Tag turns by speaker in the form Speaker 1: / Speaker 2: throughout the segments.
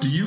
Speaker 1: Do you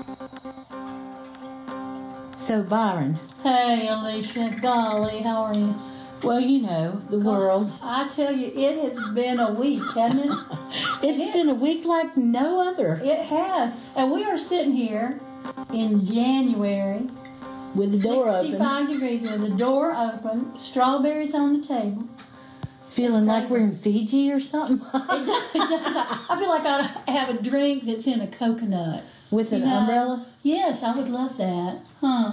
Speaker 2: So, Byron,
Speaker 3: Hey, Alicia. Golly, how are you?
Speaker 2: well, you know, the world.
Speaker 3: I tell you, it has been a week, hasn't it?
Speaker 2: It's
Speaker 3: Yeah.
Speaker 2: been a week like no other
Speaker 3: It has. And we are sitting here in January,
Speaker 2: with the door open,
Speaker 3: 65 degrees with the door open, strawberries on the table.
Speaker 2: feeling like we're in Fiji or something
Speaker 3: It does, it does. I, I feel like I'd have a drink that's in a coconut.
Speaker 2: with an
Speaker 3: Yeah.
Speaker 2: umbrella.
Speaker 3: Yes, I would love that. Huh.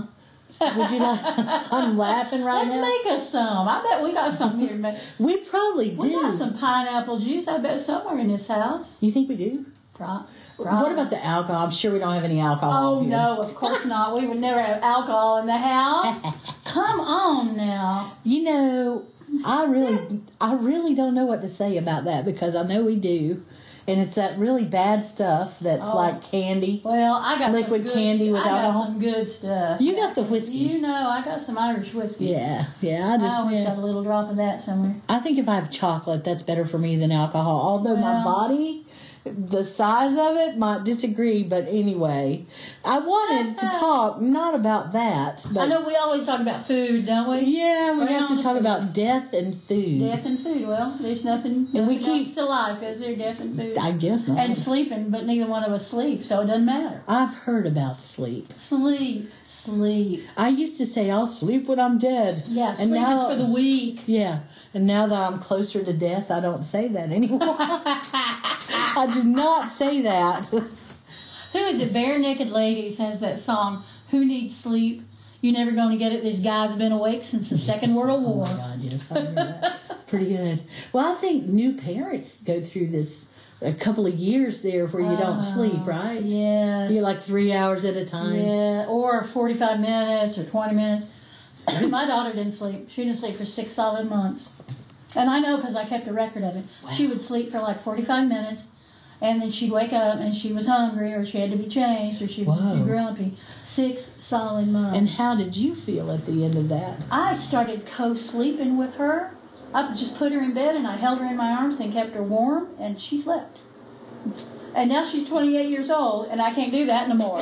Speaker 2: Would you like? I'm laughing right
Speaker 3: Let's
Speaker 2: now.
Speaker 3: make us some. I bet we got some here. to make.
Speaker 2: we probably
Speaker 3: We got
Speaker 2: do.
Speaker 3: some pineapple juice, I bet, somewhere in this house.
Speaker 2: You think we do?
Speaker 3: Pro-
Speaker 2: What about the alcohol? I'm sure we don't have any alcohol.
Speaker 3: Oh
Speaker 2: here.
Speaker 3: no, of course not. We would never have alcohol in the house. Come on now.
Speaker 2: You know, I really, I really don't know what to say about that because I know we do, and it's that really bad stuff that's
Speaker 3: Oh.
Speaker 2: like candy.
Speaker 3: Well, I got
Speaker 2: Liquid
Speaker 3: some good
Speaker 2: candy
Speaker 3: stu-
Speaker 2: with
Speaker 3: I got
Speaker 2: alcohol?
Speaker 3: some good stuff.
Speaker 2: You got the whiskey.
Speaker 3: You know, I got some Irish whiskey.
Speaker 2: yeah, yeah. I
Speaker 3: I
Speaker 2: just.
Speaker 3: always
Speaker 2: yeah.
Speaker 3: got a little drop of that somewhere.
Speaker 2: I think if I have chocolate, that's better for me than alcohol. Although my
Speaker 3: Well-
Speaker 2: body, the size of it might disagree, but anyway, I wanted to talk not about that, but
Speaker 3: I know we always talk about food, don't we?
Speaker 2: yeah, we have
Speaker 3: Around
Speaker 2: to
Speaker 3: the
Speaker 2: talk about death and food.
Speaker 3: Death and food. Well, there's nothing, nothing
Speaker 2: And we
Speaker 3: else
Speaker 2: keep-
Speaker 3: to life, is there? Death and food.
Speaker 2: I guess not.
Speaker 3: and sleeping, but neither one of us sleep, so it doesn't matter.
Speaker 2: I've heard about sleep.
Speaker 3: Sleep, sleep.
Speaker 2: I used to say I'll sleep when I'm dead.
Speaker 3: Yeah,
Speaker 2: and
Speaker 3: sleep
Speaker 2: now
Speaker 3: is for the weak.
Speaker 2: yeah, and now that I'm closer to death, I don't say that anymore. I do not say that.
Speaker 3: Who is it? Bare Naked Ladies has that song, Who Needs Sleep? You're never going to get it. This guy's been awake since the Second World War.
Speaker 2: Oh my God, yes, I hear that. Pretty good. Well, I think new parents go through this a couple of years there where you don't sleep, right?
Speaker 3: Uh, Yes.
Speaker 2: You're like three hours at a time.
Speaker 3: yeah, or 45 minutes or 20 minutes. my daughter didn't sleep. She didn't sleep for six solid months. And I know because I kept a record of it. She would sleep for like 45 minutes. And then she'd wake up and she was hungry, or she had to be changed, or she was
Speaker 2: Whoa.
Speaker 3: too grumpy. Six solid months.
Speaker 2: And how did you feel at the end of that?
Speaker 3: I started co sleeping with her. I just put her in bed and I held her in my arms and kept her warm, and she slept. And now she's 28 years old, and I can't do that no more.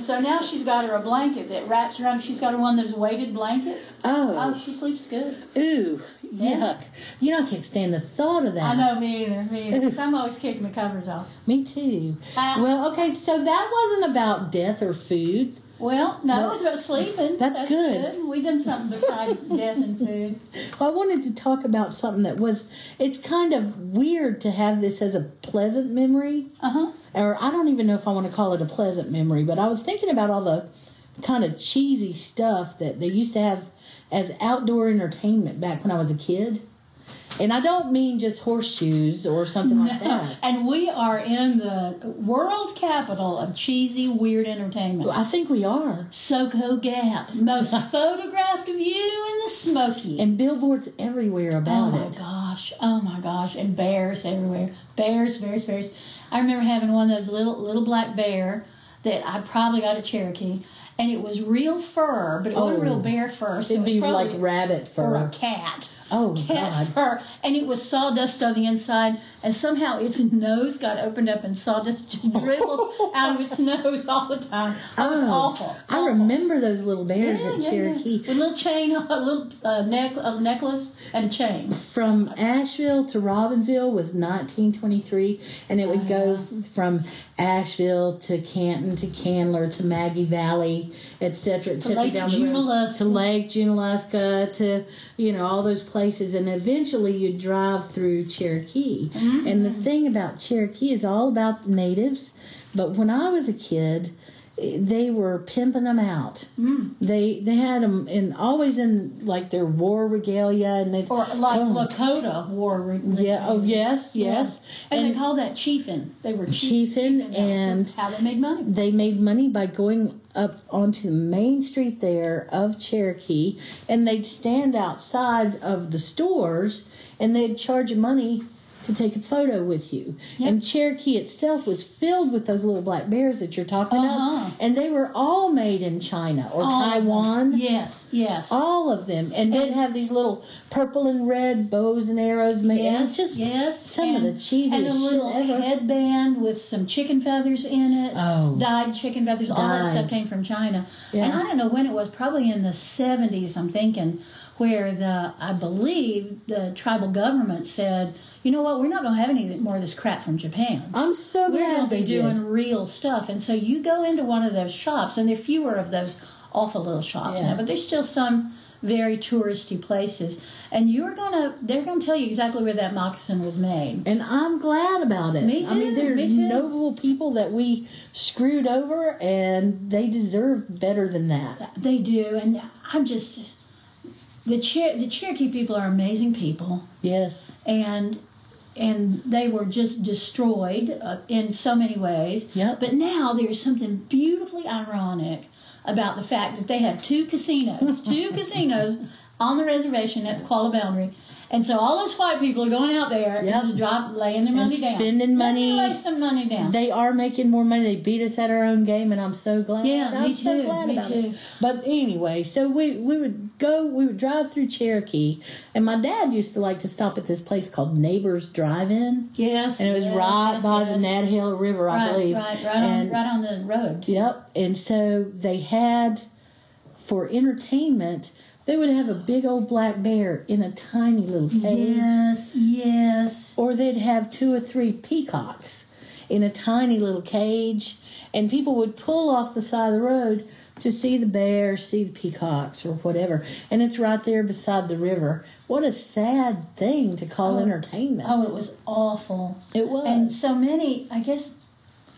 Speaker 3: so now she's got her a blanket that wraps around. She's got her one of those weighted blankets. Oh,
Speaker 2: Oh,
Speaker 3: she sleeps good.
Speaker 2: ooh,
Speaker 3: Yeah.
Speaker 2: yuck. You know, I can't stand the thought of that.
Speaker 3: I know, me either. Me either. 'Cause I'm always kicking the covers off.
Speaker 2: Me too.
Speaker 3: Ah.
Speaker 2: well, okay, so that wasn't about death or food.
Speaker 3: Well, no,
Speaker 2: Well,
Speaker 3: it was about sleeping.
Speaker 2: that's good.
Speaker 3: We done something besides death and food.
Speaker 2: I wanted to talk about something that was, it's kind of weird to have this as a pleasant memory.
Speaker 3: Uh huh.
Speaker 2: or I don't even know if I want to call it a pleasant memory, but I was thinking about all the kind of cheesy stuff that they used to have as outdoor entertainment back when I was a kid. And I don't mean just horseshoes or something like that.
Speaker 3: And we are in the world capital of cheesy, weird entertainment.
Speaker 2: I think we are.
Speaker 3: SoCo Gap, most photographed of you in the Smoky.
Speaker 2: And billboards everywhere
Speaker 3: oh
Speaker 2: about
Speaker 3: my
Speaker 2: it.
Speaker 3: gosh, oh my gosh, and bears everywhere. Bears, bears, bears. I remember having one of those little little black bear that I probably got at Cherokee, and it was real fur, but it wasn't
Speaker 2: Oh.
Speaker 3: real bear fur. So
Speaker 2: It'd
Speaker 3: it was
Speaker 2: be
Speaker 3: probably
Speaker 2: like rabbit
Speaker 3: or a
Speaker 2: fur.
Speaker 3: cat.
Speaker 2: Oh,
Speaker 3: cat
Speaker 2: God.
Speaker 3: fur, and it was sawdust on the inside, and somehow its nose got opened up and sawdust just dribbled out of its nose all the time. It was
Speaker 2: Oh,
Speaker 3: awful.
Speaker 2: I remember those little bears
Speaker 3: Yeah,
Speaker 2: at
Speaker 3: yeah, yeah.
Speaker 2: Cherokee.
Speaker 3: With a little chain, a little uh, neck, a necklace, and a chain.
Speaker 2: From Asheville to Robbinsville was 1923, and it would go f- from Asheville to Canton to Candler to Maggie Valley, et cetera, et cetera,
Speaker 3: Lake
Speaker 2: down the road,
Speaker 3: Junaluska.
Speaker 2: to Lake Junaluska, to you know all those places, and eventually you drive through Cherokee.
Speaker 3: Mm-hmm.
Speaker 2: And the thing about Cherokee is all about the natives, but when I was a kid, they were pimping them out.
Speaker 3: Mm.
Speaker 2: They they had them in always in like their war regalia and they
Speaker 3: Or like Lakota war. re-
Speaker 2: Oh. yeah oh yes yes
Speaker 3: And, they called that chiefin. They were chief,
Speaker 2: Chiefin'
Speaker 3: chiefin', and
Speaker 2: and-
Speaker 3: that's how they made money.
Speaker 2: they made money by going up onto the main street there of Cherokee and they'd stand outside of the stores and they'd charge you money to take a photo with you.
Speaker 3: Yep.
Speaker 2: And Cherokee itself was filled with those little black bears that you're talking
Speaker 3: Uh-huh.
Speaker 2: about. And they were all made in China or
Speaker 3: All of them.
Speaker 2: Taiwan.
Speaker 3: Yes, yes.
Speaker 2: All of them. And they'd have these little purple and red bows and arrows made and it's just
Speaker 3: yes.
Speaker 2: some of
Speaker 3: and,
Speaker 2: the cheesiest
Speaker 3: and a little
Speaker 2: shit ever.
Speaker 3: headband with some chicken feathers in it.
Speaker 2: Oh.
Speaker 3: dyed chicken feathers. All that
Speaker 2: Dyed.
Speaker 3: stuff came from China.
Speaker 2: Yeah.
Speaker 3: And I don't know when it was. Probably in the seventies, I'm thinking, where the I believe the tribal government said, you know what, we're not going to have any more of this crap from Japan.
Speaker 2: I'm so
Speaker 3: We're
Speaker 2: glad
Speaker 3: going to
Speaker 2: they
Speaker 3: be doing
Speaker 2: did.
Speaker 3: real stuff. And so you go into one of those shops, and there are fewer of those awful little shops
Speaker 2: Yeah.
Speaker 3: now, but there's still some very touristy places. And you're going to, they're going to tell you exactly where that moccasin was made.
Speaker 2: And I'm glad about it.
Speaker 3: Me
Speaker 2: I mean,
Speaker 3: too,
Speaker 2: they're
Speaker 3: me too.
Speaker 2: noble people that we screwed over, and they deserve better than that.
Speaker 3: They do. And I'm just, the, Cher- the Cherokee people are amazing people.
Speaker 2: Yes.
Speaker 3: and and they were just destroyed uh, in so many ways.
Speaker 2: Yep.
Speaker 3: But now there's something beautifully ironic about the fact that they have two casinos, two casinos on the reservation at the Kuala Boundary. And so all those white people are going out there
Speaker 2: Yep.
Speaker 3: and drop, laying their
Speaker 2: And
Speaker 3: money down.
Speaker 2: spending
Speaker 3: Let me
Speaker 2: money.
Speaker 3: Lay some money down.
Speaker 2: They are making more money. They beat us at our own game, and I'm so glad.
Speaker 3: Yeah, me
Speaker 2: I'm so
Speaker 3: too,
Speaker 2: glad
Speaker 3: me
Speaker 2: about
Speaker 3: too.
Speaker 2: it. But anyway, so we we would go. We would drive through Cherokee, and my dad used to like to stop at this place called Neighbors Drive-In,
Speaker 3: yes.
Speaker 2: and it was
Speaker 3: yes,
Speaker 2: right
Speaker 3: yes,
Speaker 2: by the
Speaker 3: yes.
Speaker 2: Nat Hill River, I
Speaker 3: Right,
Speaker 2: believe.
Speaker 3: right, right,
Speaker 2: and
Speaker 3: on, right on the road.
Speaker 2: Yep. And so they had for entertainment, they would have a big old black bear in a tiny little cage,
Speaker 3: Yes, yes.
Speaker 2: or they'd have two or three peacocks in a tiny little cage, and people would pull off the side of the road to see the bear, see the peacocks, or whatever. And it's right there beside the river. What a sad thing to call entertainment.
Speaker 3: Oh, it was awful.
Speaker 2: It was.
Speaker 3: And so many, I guess,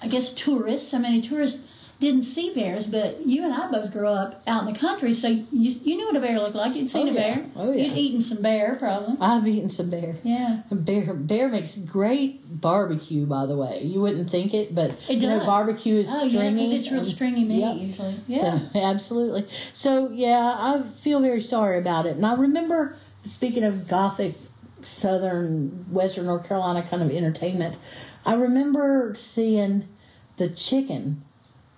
Speaker 3: I guess tourists. So many tourists didn't see bears, but you and I both grew up out in the country, so you you knew what a bear looked like. You'd seen
Speaker 2: Oh,
Speaker 3: a
Speaker 2: yeah.
Speaker 3: bear.
Speaker 2: Oh, yeah.
Speaker 3: You'd eaten some bear, probably.
Speaker 2: I've eaten some bear.
Speaker 3: Yeah.
Speaker 2: Bear bear makes great barbecue, by the way. You wouldn't think it, but
Speaker 3: It
Speaker 2: you know,
Speaker 3: does.
Speaker 2: barbecue is
Speaker 3: Oh, yeah,
Speaker 2: stringy.
Speaker 3: because it's real
Speaker 2: and-
Speaker 3: stringy meat
Speaker 2: Yep.
Speaker 3: usually. Yeah.
Speaker 2: So, absolutely. So yeah, I feel very sorry about it. And I remember speaking of gothic, southern, western North Carolina kind of entertainment. I remember seeing the chicken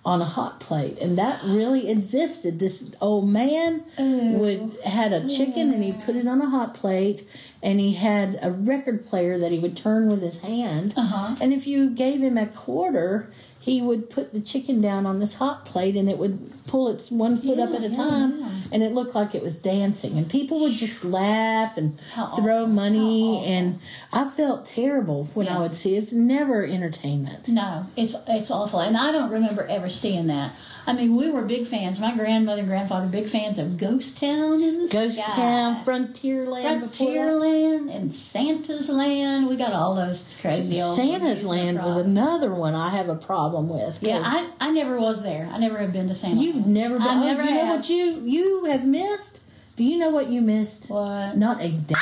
Speaker 2: on a hot plate, and that really existed. This old man would had a chicken, and he put it on a hot plate, and he had a record player that he would turn with his hand.
Speaker 3: Uh-huh.
Speaker 2: And if you gave him a quarter, he would put the chicken down on this hot plate, and it would pull its one foot up
Speaker 3: Yeah,
Speaker 2: at a
Speaker 3: yeah,
Speaker 2: time,
Speaker 3: yeah.
Speaker 2: and it looked like it was dancing. And people would just laugh and
Speaker 3: How
Speaker 2: throw
Speaker 3: awful, how
Speaker 2: money,
Speaker 3: awful.
Speaker 2: and I felt terrible when
Speaker 3: Yeah.
Speaker 2: I would see. it. It's never entertainment.
Speaker 3: No, it's it's awful, and I don't remember ever seeing that. I mean, we were big fans. My grandmother and grandfather big fans of Ghost Town in the
Speaker 2: Ghost
Speaker 3: Sky.
Speaker 2: Town, Frontierland, before that.
Speaker 3: Frontierland and Santa's Land. We got all those crazy old
Speaker 2: Santa's Land was
Speaker 3: another.
Speaker 2: another one I have a problem with. 'cause
Speaker 3: Yeah, I, I never was there. I never have been to Santa's.
Speaker 2: you've never been.
Speaker 3: I
Speaker 2: oh,
Speaker 3: never
Speaker 2: you know
Speaker 3: have.
Speaker 2: what you you have missed? Do you know what you missed?
Speaker 3: What?
Speaker 2: Not a damn.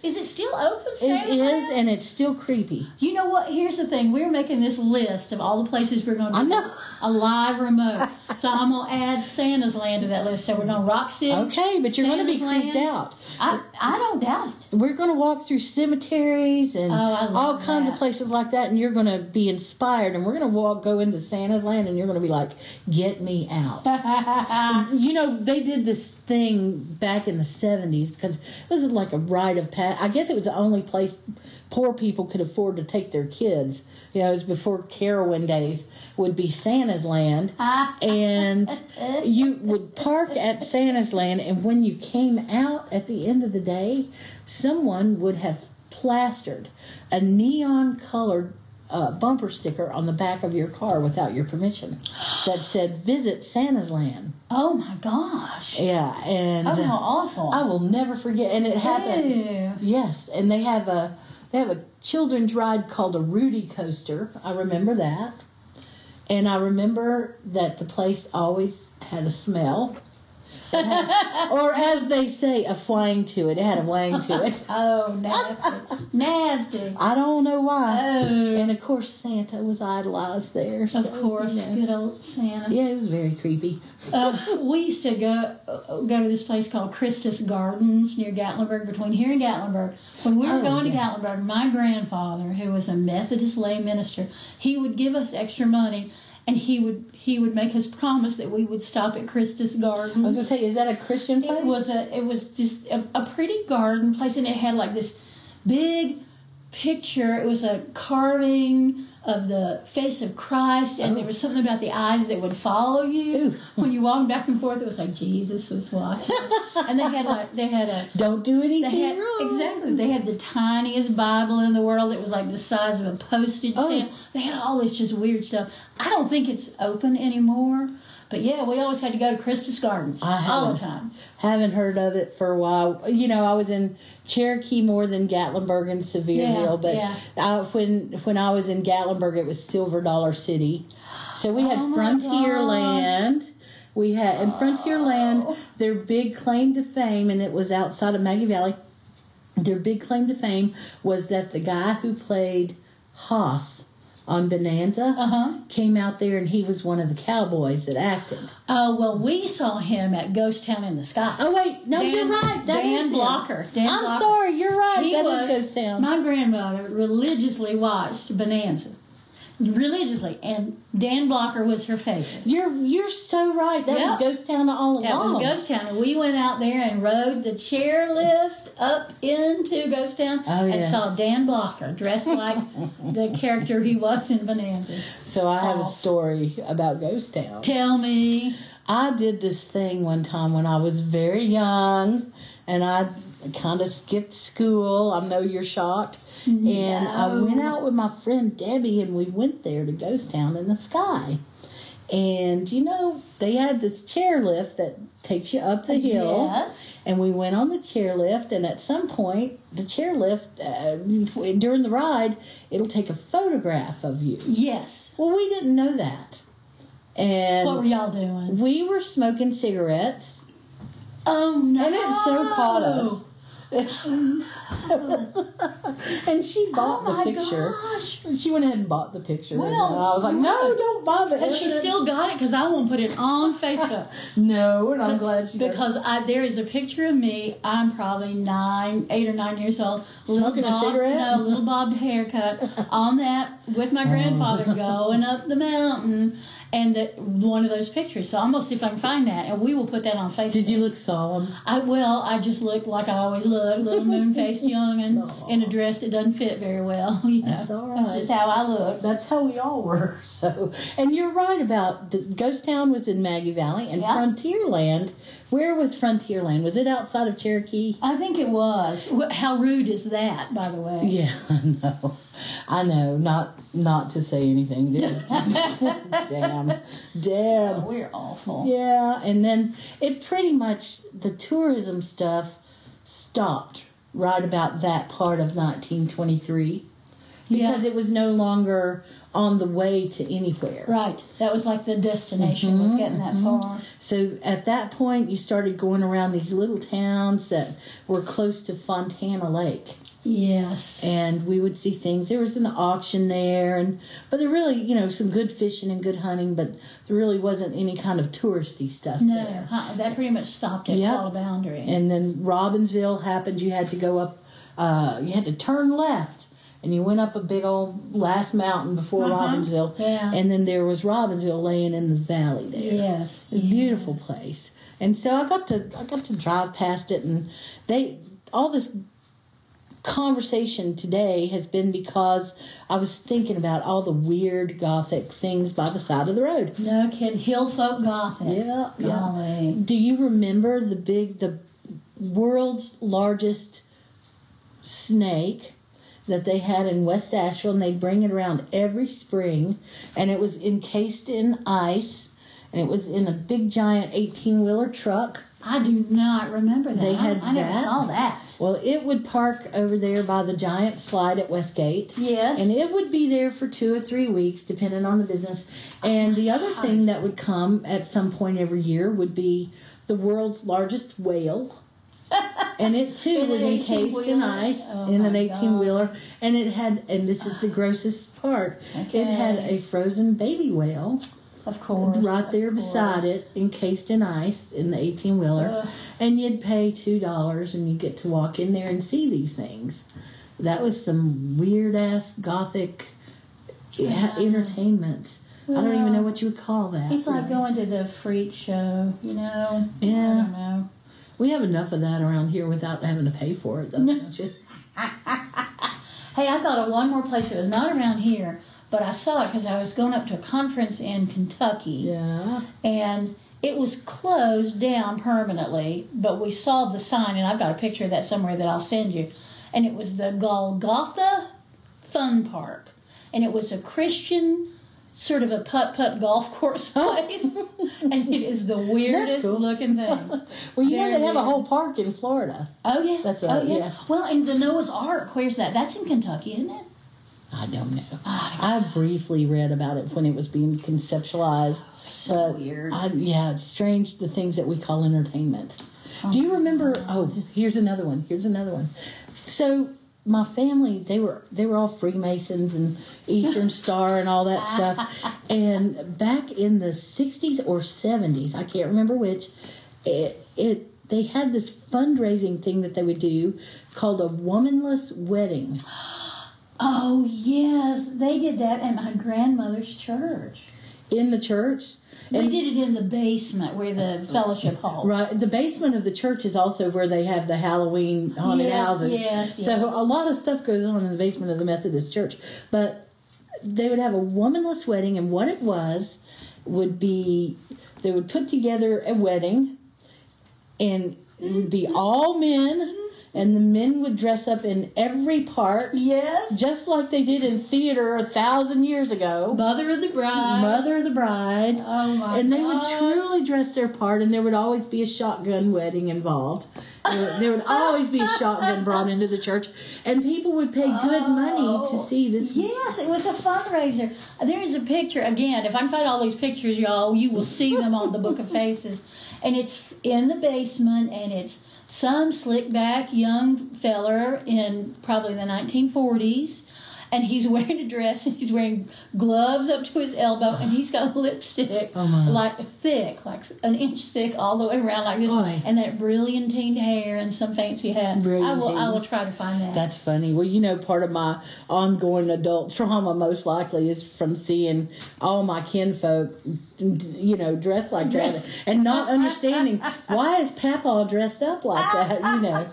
Speaker 3: Is it still open?
Speaker 2: It
Speaker 3: Santa's
Speaker 2: is,
Speaker 3: Land?
Speaker 2: and it's still creepy.
Speaker 3: You know what? Here's the thing. We're making this list of all the places we're going to
Speaker 2: I
Speaker 3: do
Speaker 2: know.
Speaker 3: a live remote. so I'm gonna add Santa's Land to that list. So we're going to Rock City.
Speaker 2: Okay, but you're going to be
Speaker 3: Santa's
Speaker 2: creeped
Speaker 3: Land.
Speaker 2: out.
Speaker 3: I I don't doubt it.
Speaker 2: We're going to walk through cemeteries and
Speaker 3: Oh, I love
Speaker 2: all kinds
Speaker 3: that.
Speaker 2: of places like that, and you're going to be inspired. And we're going to walk, go into Santa's land, and you're going to be like, "Get me out." you know, they did this thing back in the 70s because this is like a rite of passage. I guess it was the only place poor people could afford to take their kids. You know, it was before Carowin days would be Santa's land. and you would park at Santa's land, and when you came out at the end of the day, someone would have plastered a neon colored uh, bumper sticker on the back of your car without your permission that said "Visit Santa's Land."
Speaker 3: Oh my gosh.
Speaker 2: Yeah, and
Speaker 3: Oh,
Speaker 2: uh,
Speaker 3: how awful.
Speaker 2: I will never forget. And it happened.
Speaker 3: Ew.
Speaker 2: Yes, and they have a they have a children's ride called a Rudy coaster. I remember that. And I remember that the place always had a smell. It had- or as they say, a flang to it. It had a wang to it.
Speaker 3: Oh, nasty. nasty.
Speaker 2: I don't know why.
Speaker 3: Oh,
Speaker 2: And of course, Santa was idolized there. So,
Speaker 3: of course,
Speaker 2: you know.
Speaker 3: good old Santa.
Speaker 2: Yeah, it was very creepy.
Speaker 3: Uh, we used to go uh, go to this place called Christus Gardens near Gatlinburg, between here and Gatlinburg. When we were
Speaker 2: Oh,
Speaker 3: going
Speaker 2: yeah.
Speaker 3: to Gatlinburg, my grandfather, who was a Methodist lay minister, he would give us extra money, and he would he would make us promise that we would stop at Christus Gardens.
Speaker 2: I was gonna say, is that a Christian place?
Speaker 3: It was a it was just a, a pretty garden place, and it had like this big picture. It was a carving of the face of Christ, and there was something about the eyes that would follow you
Speaker 2: Oh. Ooh.
Speaker 3: when you walked back and forth. It was like Jesus was watching, and they had like they had a
Speaker 2: Don't do
Speaker 3: they
Speaker 2: anything
Speaker 3: had
Speaker 2: wrong.
Speaker 3: exactly they had the tiniest Bible in the world. It was like the size of a postage
Speaker 2: Oh.
Speaker 3: stamp. They had all this just weird stuff. I don't think it's open anymore. But yeah, we always had to go to Christus Gardens
Speaker 2: I
Speaker 3: all the
Speaker 2: haven't.
Speaker 3: time.
Speaker 2: Haven't heard of it for a while. You know, I was in Cherokee more than Gatlinburg and Sevierville,
Speaker 3: Yeah,
Speaker 2: but
Speaker 3: yeah.
Speaker 2: I, when when I was in Gatlinburg, it was Silver Dollar City. So we had
Speaker 3: Oh my
Speaker 2: Frontier
Speaker 3: gosh. Oh.
Speaker 2: Land. We had and Frontier Land. Their big claim to fame, and it was outside of Maggie Valley. Their big claim to fame was that the guy who played Haas on Bonanza
Speaker 3: Uh-huh.
Speaker 2: came out there, and he was one of the cowboys that acted.
Speaker 3: Oh well, we saw him at Ghost Town in the Sky.
Speaker 2: Oh wait, no,
Speaker 3: Dan-
Speaker 2: you're right. That
Speaker 3: Dan
Speaker 2: is him.
Speaker 3: Blocker. Dan
Speaker 2: I'm
Speaker 3: Blocker.
Speaker 2: sorry, you're right.
Speaker 3: He
Speaker 2: that
Speaker 3: was-
Speaker 2: is Ghost Town.
Speaker 3: My grandmother religiously watched Bonanza, religiously, and Dan Blocker was her favorite.
Speaker 2: you're you're so right. That
Speaker 3: Yep.
Speaker 2: was Ghost Town all
Speaker 3: That
Speaker 2: along.
Speaker 3: was Ghost Town, and we went out there and rode the chairlift up into Ghost Town
Speaker 2: Oh,
Speaker 3: and
Speaker 2: yes.
Speaker 3: saw Dan Blocker dressed like the character he was in Bonanza.
Speaker 2: so I have a
Speaker 3: False.
Speaker 2: story about Ghost Town.
Speaker 3: Tell me,
Speaker 2: I did this thing one time when I was very young, and I kind of skipped school. I know you're shocked. And I
Speaker 3: No.
Speaker 2: went out with my friend Debbie, and we went there to Ghost Town in the Sky. And you know, they had this chairlift that takes you up the hill.
Speaker 3: Yes.
Speaker 2: And we went on the chairlift, and at some point, the chairlift, uh, during the ride, it'll take a photograph of you.
Speaker 3: yes.
Speaker 2: Well, we didn't know that. And
Speaker 3: What were y'all doing?
Speaker 2: we were smoking cigarettes,
Speaker 3: Oh no!
Speaker 2: and it so caught
Speaker 3: Oh.
Speaker 2: us. It's- and she
Speaker 3: Oh
Speaker 2: bought
Speaker 3: my
Speaker 2: the picture.
Speaker 3: gosh!
Speaker 2: She went ahead and bought the picture. and
Speaker 3: Well,
Speaker 2: I was like, no, don't bother.
Speaker 3: And she still got it because I won't put it on Facebook.
Speaker 2: no, and I'm glad she did.
Speaker 3: because I, there is a picture of me. I'm probably nine, eight or nine years old.
Speaker 2: Smoking a
Speaker 3: bobbed,
Speaker 2: cigarette?
Speaker 3: No, little bobbed haircut on that with my grandfather
Speaker 2: Oh.
Speaker 3: going up the mountain, and that one of those pictures. So I'm gonna see if I can find that, and we will put that on Facebook.
Speaker 2: Did you look solemn?
Speaker 3: I well, I just looked like I always look, little moon faced young, and in a dress that doesn't fit very well. You know,
Speaker 2: That's all right.
Speaker 3: just how I look.
Speaker 2: That's how we all were. So, and you're right about the Ghost Town was in Maggie Valley and
Speaker 3: Yeah.
Speaker 2: Frontierland. Where was Frontierland? Was it outside of Cherokee?
Speaker 3: I think it was. Wh- How rude is that, by the way?
Speaker 2: Yeah, I know. I know. Not not to say anything, dude. damn, damn.
Speaker 3: We're awful.
Speaker 2: Yeah, and then it pretty much the tourism stuff stopped right about that part of 1923 because it was no longer on the way to anywhere.
Speaker 3: Right. That was like the destination was
Speaker 2: Mm-hmm,
Speaker 3: getting that far.
Speaker 2: So at that point, you started going around these little towns that were close to Fontana Lake,
Speaker 3: Yes.
Speaker 2: and we would see things. There was an auction there, and but there really, you know, some good fishing and good hunting, but there really wasn't any kind of touristy stuff
Speaker 3: no,
Speaker 2: there.
Speaker 3: huh, that pretty much stopped at
Speaker 2: Yep.
Speaker 3: Paula Boundary.
Speaker 2: And then Robbinsville happened. You had to go up. Uh, you had to turn left. And you went up a big old last mountain before Robbinsville,
Speaker 3: Uh-huh. Yeah.
Speaker 2: and then there was Robbinsville laying in the valley there.
Speaker 3: yes.
Speaker 2: It's a beautiful place. And so I got to I got to drive past it and they all this conversation today has been because I was thinking about all the weird gothic things by the side of the road.
Speaker 3: No kid, Hill Folk Gothic.
Speaker 2: Yeah, yeah.
Speaker 3: Golly.
Speaker 2: Do you remember the big the world's largest snake that they had in West Asheville and they'd bring it around every spring and it was encased in ice and it was in a big giant 18 wheeler truck
Speaker 3: I do not remember that.
Speaker 2: They
Speaker 3: I-
Speaker 2: had
Speaker 3: I, never
Speaker 2: that.
Speaker 3: saw that.
Speaker 2: Well, it would park over there by the giant slide at Westgate.
Speaker 3: Yes.
Speaker 2: And it would be there for two or three weeks, depending on the business. And the other
Speaker 3: Uh-huh.
Speaker 2: thing that would come at some point every year would be the world's largest whale. and it too
Speaker 3: In
Speaker 2: was
Speaker 3: an
Speaker 2: encased in
Speaker 3: 18-wheeler?
Speaker 2: ice
Speaker 3: Oh
Speaker 2: in
Speaker 3: my
Speaker 2: an 18 wheeler. And it had, and this is the grossest part,
Speaker 3: Okay.
Speaker 2: it had a frozen baby whale
Speaker 3: of course.
Speaker 2: right there
Speaker 3: of
Speaker 2: beside
Speaker 3: course.
Speaker 2: it, encased in ice in the 18 wheeler.
Speaker 3: Ugh.
Speaker 2: And you'd pay $2 and you get to walk in there and see these things. That was some weird ass gothic yeah, entertainment. I don't even know what you would call that.
Speaker 3: It's like
Speaker 2: really.
Speaker 3: going to the freak show, you know? I
Speaker 2: Yeah.
Speaker 3: don't know.
Speaker 2: We have enough of that around here without having to pay for it, though, don't you?
Speaker 3: Hey, I thought of one more place that was not around here, but I saw it because I was going up to a conference in Kentucky.
Speaker 2: Yeah.
Speaker 3: and it was closed down permanently, but we saw the sign, and I've got a picture of that somewhere that I'll send you. And it was the Golgotha Fun Park, and it was a Christian sort of a putt putt golf course place, and it is the weirdest
Speaker 2: cool.
Speaker 3: looking thing.
Speaker 2: Well, you know
Speaker 3: Very
Speaker 2: they have a
Speaker 3: weird.
Speaker 2: whole park in Florida.
Speaker 3: Oh yeah,
Speaker 2: That's
Speaker 3: oh
Speaker 2: a- yeah.
Speaker 3: Well, and the Noah's Ark, where's that? That's in Kentucky, isn't it?
Speaker 2: I don't know. I briefly read about it when it was being conceptualized.
Speaker 3: so
Speaker 2: but
Speaker 3: weird.
Speaker 2: I, yeah, it's strange the things that we call entertainment. Do you remember? Oh, here's another one. Here's another one. So my family, they were they were all Freemasons and Eastern Star and all that stuff. And back in the '60s or '70s, I can't remember which, it, it they had this fundraising thing that they would do called a womanless wedding.
Speaker 3: Oh yes, they did that at my grandmother's church.
Speaker 2: in the church.
Speaker 3: We did it in the basement where the fellowship hall.
Speaker 2: Right, the basement of the church is also where they have the Halloween haunted
Speaker 3: Yes,
Speaker 2: houses.
Speaker 3: yes,
Speaker 2: so
Speaker 3: yes.
Speaker 2: a lot of stuff goes on in the basement of the Methodist church. But they would have a womanless wedding, and what it was would be they would put together a wedding, and it would be all men, and the men would dress up in every part,
Speaker 3: Yes.
Speaker 2: just like they did in theater a thousand years ago.
Speaker 3: Mother of the bride.
Speaker 2: Mother of the Bride.
Speaker 3: Oh my
Speaker 2: And they
Speaker 3: gosh.
Speaker 2: would truly dress their part, and there would always be a shotgun wedding involved. There would- there would always be a shotgun brought into the church, and people would pay good money to see this.
Speaker 3: Oh. Yes, it was a fundraiser. There is a picture again. If I can find all these pictures, y'all, you will see them on the Book of Faces, and it's in the basement, and it's some slick back young feller in probably the 1940s, and he's wearing a dress and he's wearing gloves up to his elbow, and he's got lipstick
Speaker 2: Oh, my.
Speaker 3: like thick, like an inch thick, all the way around like this,
Speaker 2: Boy.
Speaker 3: and that brilliantine hair and some fancy hat. I will, I
Speaker 2: Brilliantine.
Speaker 3: will try to find that.
Speaker 2: That's funny. Well, you know, part of my ongoing adult trauma, most likely, is from seeing all my kinfolk, you know, dressed like that and not understanding why is Papa dressed up like that. You know,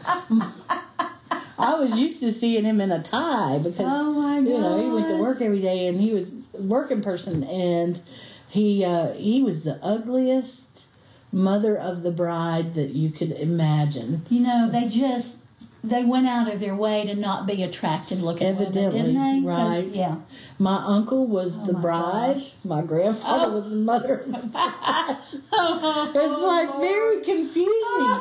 Speaker 2: I was used to seeing him in a tie because
Speaker 3: Oh, my
Speaker 2: you know he went to
Speaker 3: God.
Speaker 2: work every day and he was a working person and he uh, he was the ugliest mother of the bride that you could imagine.
Speaker 3: You know, they just they went out of their way to not be attractive looking.
Speaker 2: Evidently,
Speaker 3: women, didn't they? 'Cause-
Speaker 2: right.
Speaker 3: Yeah.
Speaker 2: My uncle was the
Speaker 3: Oh my
Speaker 2: bride.
Speaker 3: gosh.
Speaker 2: My grandfather
Speaker 3: Oh.
Speaker 2: was the mother. It's like very confusing.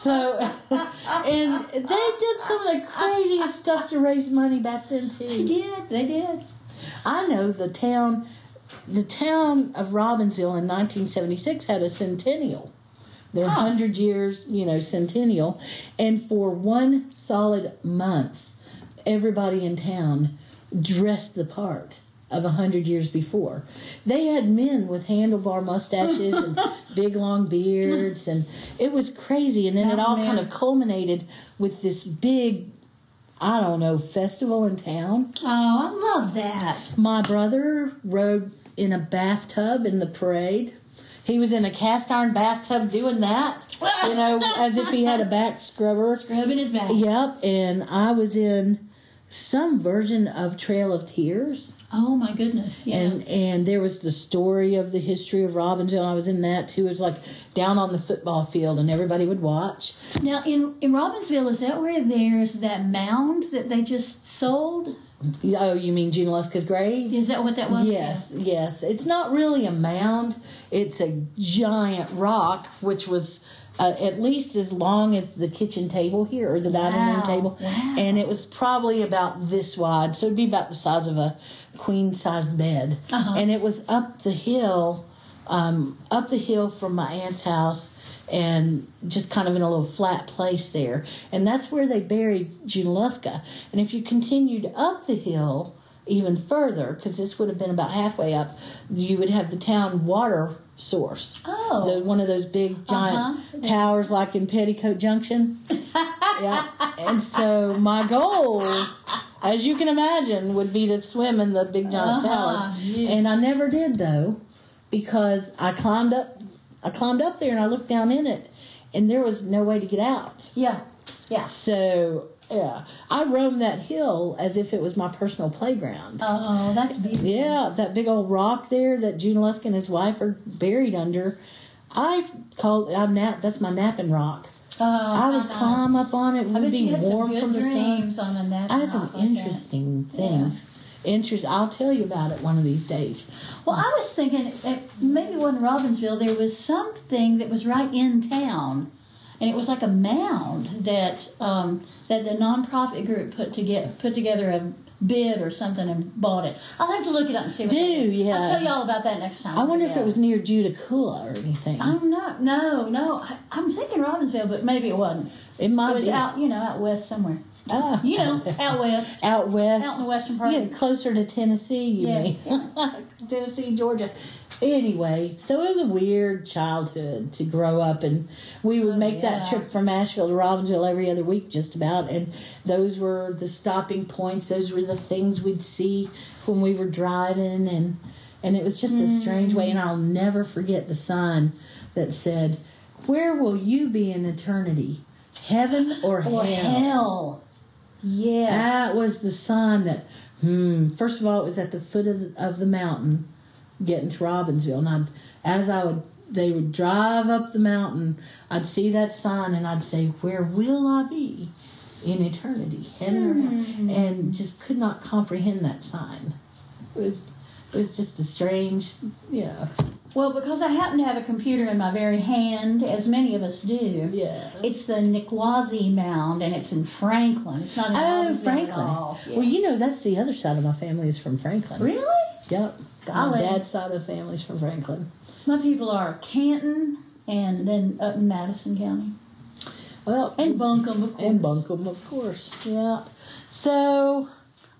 Speaker 2: So, and they did some of the craziest stuff to raise money back then
Speaker 3: they
Speaker 2: too.
Speaker 3: did. They did.
Speaker 2: I know the town, the town of Robbinsville in 1976 had a centennial. Their
Speaker 3: Huh.
Speaker 2: hundred years, you know, centennial, and for one solid month, everybody in town dressed the part of a hundred years before. They had men with handlebar mustaches and big long beards, and it was crazy. And then it
Speaker 3: Oh,
Speaker 2: all
Speaker 3: man.
Speaker 2: kind of culminated with this big, I don't know, festival in town.
Speaker 3: Oh, I love that.
Speaker 2: My brother rode in a bathtub in the parade. He was in a cast iron bathtub doing that, you know, as if he had a back scrubber.
Speaker 3: Scrubbing his back.
Speaker 2: Yep, and I was in some version of Trail of Tears,
Speaker 3: Oh my goodness. Yeah.
Speaker 2: and and there was the story of the history of Robbinsville. I was in that too. It was like down on the football field, and everybody would watch.
Speaker 3: now in in Robbinsville, is that where there's that mound that they just sold?
Speaker 2: Oh, you mean Gene Leska's grave?
Speaker 3: Is that what that was?
Speaker 2: Yes, yes. It's not really a mound. It's a giant rock, which was uh, at least as long as the kitchen table here or the dining
Speaker 3: Wow.
Speaker 2: room table.
Speaker 3: Wow.
Speaker 2: And it was probably about this wide, so it'd be about the size of a queen size bed.
Speaker 3: Uh-huh.
Speaker 2: And it was up the hill, um, up the hill from my aunt's house. And just kind of in a little flat place there. And that's where they buried Junaluska. And if you continued up the hill even further, because this would have been about halfway up, you would have the town water source
Speaker 3: Oh.
Speaker 2: the, one of those big giant
Speaker 3: Uh-huh.
Speaker 2: towers like in Petticoat Junction. yeah. And so my goal, as you can imagine, would be to swim in the big giant
Speaker 3: Uh-huh.
Speaker 2: tower.
Speaker 3: Yeah.
Speaker 2: And I never did though, because I climbed up I climbed up there and I looked down in it and there was no way to get out.
Speaker 3: Yeah. Yeah.
Speaker 2: So yeah. I roamed that hill as if it was my personal playground.
Speaker 3: Oh, that's beautiful.
Speaker 2: Yeah, that big old rock there that June Lusk and his wife are buried under. I've called I nap. That's my napping rock.
Speaker 3: Oh,
Speaker 2: I would
Speaker 3: uh-huh.
Speaker 2: climb up on it. It
Speaker 3: I
Speaker 2: would
Speaker 3: bet
Speaker 2: be
Speaker 3: you had some
Speaker 2: warm
Speaker 3: good
Speaker 2: from the sun.
Speaker 3: dreams Oh, on the nap.
Speaker 2: I had some
Speaker 3: rock like that.
Speaker 2: interesting things. Interest. I'll tell you about it one of these days.
Speaker 3: Well, I was thinking that maybe one in Robbinsville there was something that was right in town, and it was like a mound that um, that the nonprofit group put to get put together a bid or something and bought it. I'll have to look it up and see. What
Speaker 2: Do,
Speaker 3: they
Speaker 2: yeah.
Speaker 3: I'll tell you all about that next time.
Speaker 2: I wonder if
Speaker 3: Yeah.
Speaker 2: it was near Judicula or anything.
Speaker 3: I'm not. No, no. I, I'm thinking Robbinsville, but maybe it wasn't.
Speaker 2: it might
Speaker 3: It was
Speaker 2: be.
Speaker 3: out, you know, out west somewhere.
Speaker 2: Oh.
Speaker 3: You know, out west,
Speaker 2: out west.
Speaker 3: out in the western part.
Speaker 2: Yeah, closer to Tennessee, you
Speaker 3: Yeah.
Speaker 2: mean. Tennessee, Georgia. Anyway, so it was a weird childhood to grow up, and we would
Speaker 3: Oh,
Speaker 2: make
Speaker 3: yeah.
Speaker 2: that trip from Asheville to Robbinsville every other week, just about. And those were the stopping points; those were the things we'd see when we were driving, and and it was just a strange way. And
Speaker 3: Mm.
Speaker 2: I'll never forget the sign that said, "Where will you be in eternity, heaven or
Speaker 3: Or
Speaker 2: hell?"
Speaker 3: hell. Yes.
Speaker 2: That was the sign that, hmm, first of all, it was at the foot of the, of the mountain getting to Robbinsville. And I'd, as I would, they would drive up the mountain, I'd see that sign and I'd say, Where will I be in eternity? Heaven or
Speaker 3: Mm-hmm.
Speaker 2: hell? And just could not comprehend that sign. It was, it was just a strange, you know,
Speaker 3: well, because I happen to have a computer in my very hand, as many of us do.
Speaker 2: yeah.
Speaker 3: It's the Nikwazi Mound, and it's in Franklin. It's not in
Speaker 2: Oh,
Speaker 3: Robbinsville
Speaker 2: Franklin.
Speaker 3: At all.
Speaker 2: Well, you know, that's the other side of my family is from Franklin.
Speaker 3: really?
Speaker 2: Yep. My
Speaker 3: Golly.
Speaker 2: dad's side of the family's from Franklin.
Speaker 3: My people are Canton, and then up in Madison County,
Speaker 2: Well,
Speaker 3: and Buncombe, of course.
Speaker 2: And Bunkum, of course. Yep. So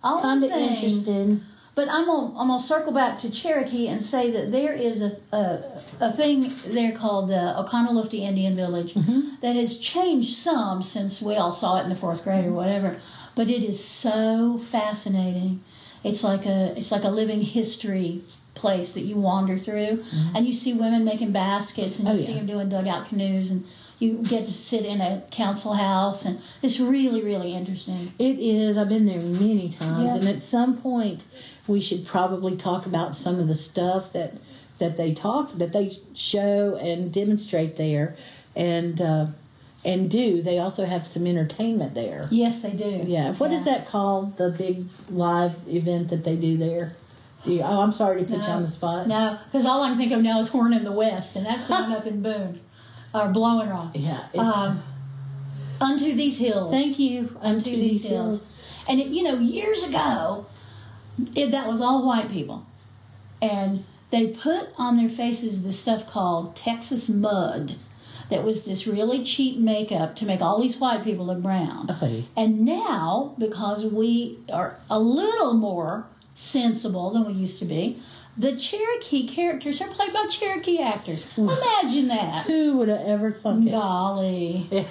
Speaker 3: All
Speaker 2: it's kind of
Speaker 3: the things.
Speaker 2: interesting.
Speaker 3: But I'm gonna, I'm gonna circle back to Cherokee and say that there is a a, a thing there called the Oconaluftee Indian Village
Speaker 2: Mm-hmm.
Speaker 3: that has changed some since we all saw it in the fourth grade or whatever. But it is so fascinating. It's like a it's like a living history place that you wander through, and you see women making baskets, and you
Speaker 2: Mm-hmm. Oh,
Speaker 3: see
Speaker 2: yeah.
Speaker 3: them doing dugout canoes, and you get to sit in a council house, and it's really really interesting.
Speaker 2: It is. I've been there many times,
Speaker 3: Yeah.
Speaker 2: and at some point, we should probably talk about some of the stuff that that they talk that they show and demonstrate there, and uh, and do. They also have some entertainment there.
Speaker 3: Yes, they do.
Speaker 2: Yeah. What is that called? The big live event that they do there. Do you, oh, I'm sorry to put you on the spot.
Speaker 3: No, because all I can think of now is Horn in the West, and that's the one up in Boone, or Blowing Rock.
Speaker 2: Yeah. It's,
Speaker 3: Um, unto these hills.
Speaker 2: thank you. Unto these hills.
Speaker 3: And it, you know, years ago, it, that was all white people, and they put on their faces this stuff called Texas mud. That was this really cheap makeup to make all these white people look brown.
Speaker 2: Okay.
Speaker 3: And now, because we are a little more sensible than we used to be, the Cherokee characters are played by Cherokee actors. Imagine that.
Speaker 2: Who would have ever thunk it?
Speaker 3: Golly.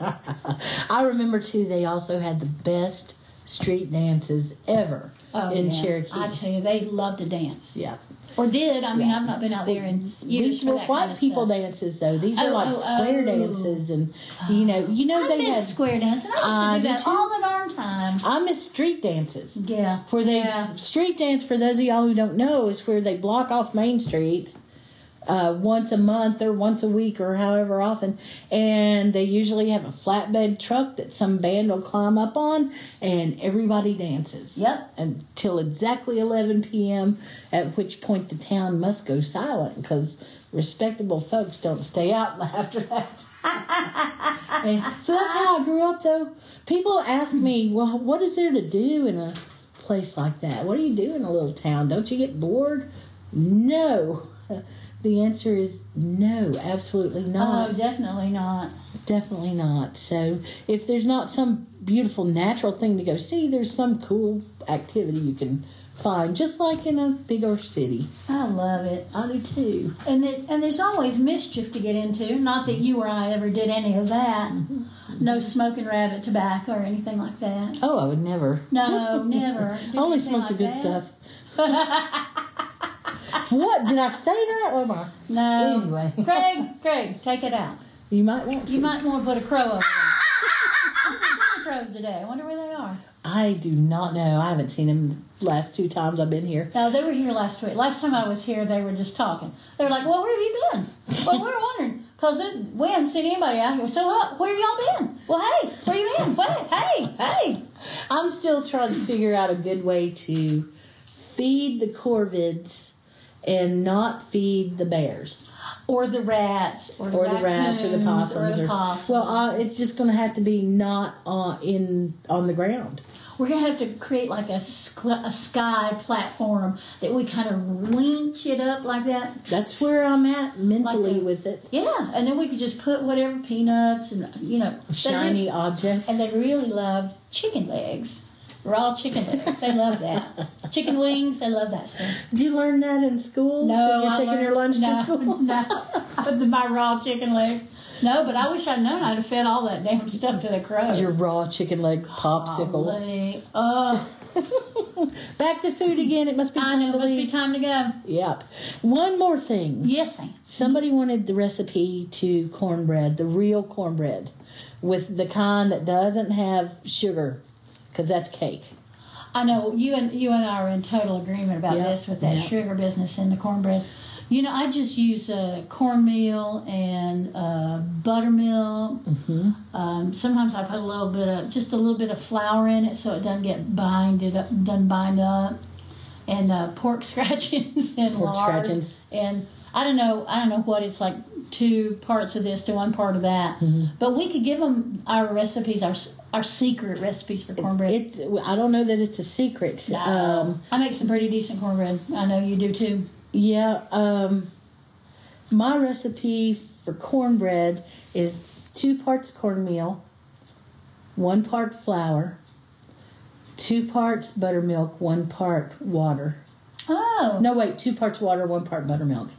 Speaker 2: I remember too. They also had the best street dances ever
Speaker 3: Oh,
Speaker 2: in
Speaker 3: yeah.
Speaker 2: Cherokee.
Speaker 3: I tell you, they love to dance.
Speaker 2: yeah,
Speaker 3: Or did. I mean,
Speaker 2: Yeah.
Speaker 3: I've not been out there in years.
Speaker 2: these
Speaker 3: for
Speaker 2: were
Speaker 3: that
Speaker 2: white
Speaker 3: kind of
Speaker 2: people
Speaker 3: stuff.
Speaker 2: dances though. These were
Speaker 3: Oh,
Speaker 2: like
Speaker 3: oh,
Speaker 2: square
Speaker 3: oh.
Speaker 2: dances, and you know, you know
Speaker 3: I
Speaker 2: they
Speaker 3: miss
Speaker 2: had. Ah,
Speaker 3: square dance, and I
Speaker 2: I
Speaker 3: used to do
Speaker 2: do
Speaker 3: that
Speaker 2: too.
Speaker 3: all the darn time.
Speaker 2: I miss street dances.
Speaker 3: Yeah.
Speaker 2: Where they
Speaker 3: Yeah.
Speaker 2: street dance for those of y'all who don't know is where they block off Main Street uh, once a month or once a week or however often. And they usually have a flatbed truck that some band will climb up on, and everybody dances.
Speaker 3: Yep.
Speaker 2: Until exactly 11 p.m., at which point the town must go silent because respectable folks don't stay out after that. And so that's how I grew up, though. People ask me, well, what is there to do in a place like that? What do you do in a little town? Don't you get bored? No. The answer is no, absolutely
Speaker 3: Oh,
Speaker 2: not.
Speaker 3: definitely not.
Speaker 2: Definitely not. So, if there's not some beautiful natural thing to go see, there's some cool activity you can find, just like in a bigger city.
Speaker 3: I love it.
Speaker 2: I do too.
Speaker 3: And it, and there's always mischief to get into. Not that you or I ever did any of that.
Speaker 2: Mm-hmm.
Speaker 3: No smoking rabbit tobacco or anything like that.
Speaker 2: Oh, I would never.
Speaker 3: No, never.
Speaker 2: I
Speaker 3: do
Speaker 2: only
Speaker 3: anything
Speaker 2: smoke the
Speaker 3: like
Speaker 2: good
Speaker 3: that.
Speaker 2: stuff. what? Did I say that? Oh, my.
Speaker 3: No.
Speaker 2: Anyway.
Speaker 3: Craig, Craig, take it out.
Speaker 2: You might want to.
Speaker 3: You might want to put a crow over there. Where's the crows today? I wonder where they are.
Speaker 2: I do not know. I haven't seen him the last two times I've been here.
Speaker 3: No, they were here last week. Last time I was here, they were just talking. They were like, "Well, where have you been?" Well, we we're wondering because we haven't seen anybody out here. So, what? Where have y'all been? Well, hey, where you been? What? Hey, hey.
Speaker 2: I'm still trying to figure out a good way to feed the corvids and not feed the bears
Speaker 3: Or the rats, or the,
Speaker 2: or the rats or the
Speaker 3: raccoons,
Speaker 2: possums
Speaker 3: or the possums.
Speaker 2: well uh, it's just going to have to be not uh, in on the ground
Speaker 3: we're gonna have to create like a, sc- a sky platform that we kind of winch it up like that.
Speaker 2: that's where i'm at mentally
Speaker 3: Like a-
Speaker 2: with it
Speaker 3: Yeah, and then we could just put whatever peanuts and you know they
Speaker 2: shiny objects
Speaker 3: And they really loved chicken legs, raw chicken legs. They love that. chicken wings, they love that stuff.
Speaker 2: did you learn that in school When you're
Speaker 3: I
Speaker 2: taking your lunch
Speaker 3: learned- no,
Speaker 2: to school
Speaker 3: No, my raw chicken legs. No, but I wish I'd known. I'd have fed all that damn stuff to the crows.
Speaker 2: your raw chicken leg popsicle
Speaker 3: Golly. Oh,
Speaker 2: back to food again it must be
Speaker 3: I know.
Speaker 2: time
Speaker 3: It
Speaker 2: to
Speaker 3: must be
Speaker 2: leave
Speaker 3: time to go.
Speaker 2: yep one more thing
Speaker 3: Yes, Sam.
Speaker 2: Somebody wanted the recipe to cornbread, the real cornbread, with the kind that doesn't have sugar, because that's cake.
Speaker 3: I know you and you and I are in total agreement about
Speaker 2: Yeah,
Speaker 3: this with that
Speaker 2: yeah.
Speaker 3: sugar business and the cornbread. You know, I just use uh, cornmeal and uh, buttermilk.
Speaker 2: Mm-hmm.
Speaker 3: Um, sometimes I put a little bit of just a little bit of flour in it so it doesn't get binded up, doesn't bind up. And uh, pork scratchings and
Speaker 2: Pork
Speaker 3: lard.
Speaker 2: scratchings.
Speaker 3: and I don't know I don't know what it's like two parts of this to one part of that.
Speaker 2: Mm-hmm.
Speaker 3: But we could give them our recipes, our s- our secret recipes for cornbread.
Speaker 2: It's I don't know that it's a secret. Um,
Speaker 3: I make some pretty decent cornbread. I know you do too.
Speaker 2: yeah. Um, my recipe for cornbread is two parts cornmeal, one part flour, two parts buttermilk, one part water.
Speaker 3: Oh,
Speaker 2: No, wait, two parts water, one part buttermilk.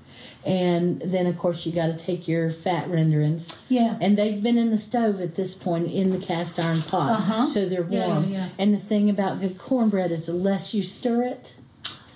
Speaker 2: And then, of course, you got to take your fat renderings.
Speaker 3: Yeah.
Speaker 2: And they've been in the stove at this point in the cast iron pot.
Speaker 3: Uh-huh.
Speaker 2: So they're warm.
Speaker 3: Yeah, yeah, yeah.
Speaker 2: And the thing about good cornbread is the less you stir it,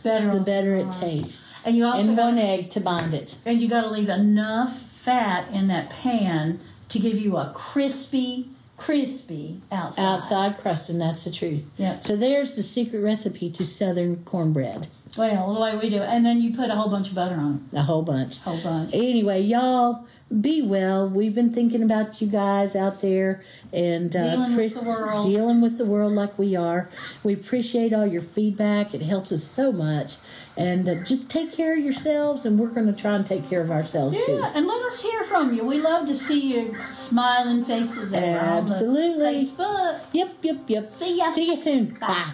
Speaker 3: better.
Speaker 2: the better it tastes.
Speaker 3: And you also
Speaker 2: And one
Speaker 3: got,
Speaker 2: egg to bind it.
Speaker 3: and you got to leave enough fat in that pan to give you a crispy, crispy outside.
Speaker 2: Outside crust, and that's the truth.
Speaker 3: Yeah.
Speaker 2: So there's the secret recipe to southern cornbread.
Speaker 3: Well, the way we do it, and then you put a whole bunch of butter on
Speaker 2: A whole bunch.
Speaker 3: it. Whole bunch.
Speaker 2: Anyway, y'all be well. We've been thinking about you guys out there and uh,
Speaker 3: Dealing with the world.
Speaker 2: dealing with the world like we are. We appreciate all your feedback. It helps us so much. And uh, just take care of yourselves, and we're going to try and take care of ourselves too.
Speaker 3: Yeah, and let us hear from you. We love to see your smiling faces. over on the
Speaker 2: Absolutely.
Speaker 3: Facebook.
Speaker 2: Yep, yep, yep.
Speaker 3: See ya.
Speaker 2: See you soon. Bye.
Speaker 3: Bye.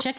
Speaker 2: Check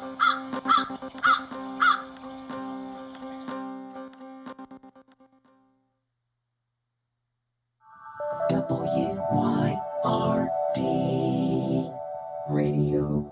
Speaker 4: W Y R D. Radio.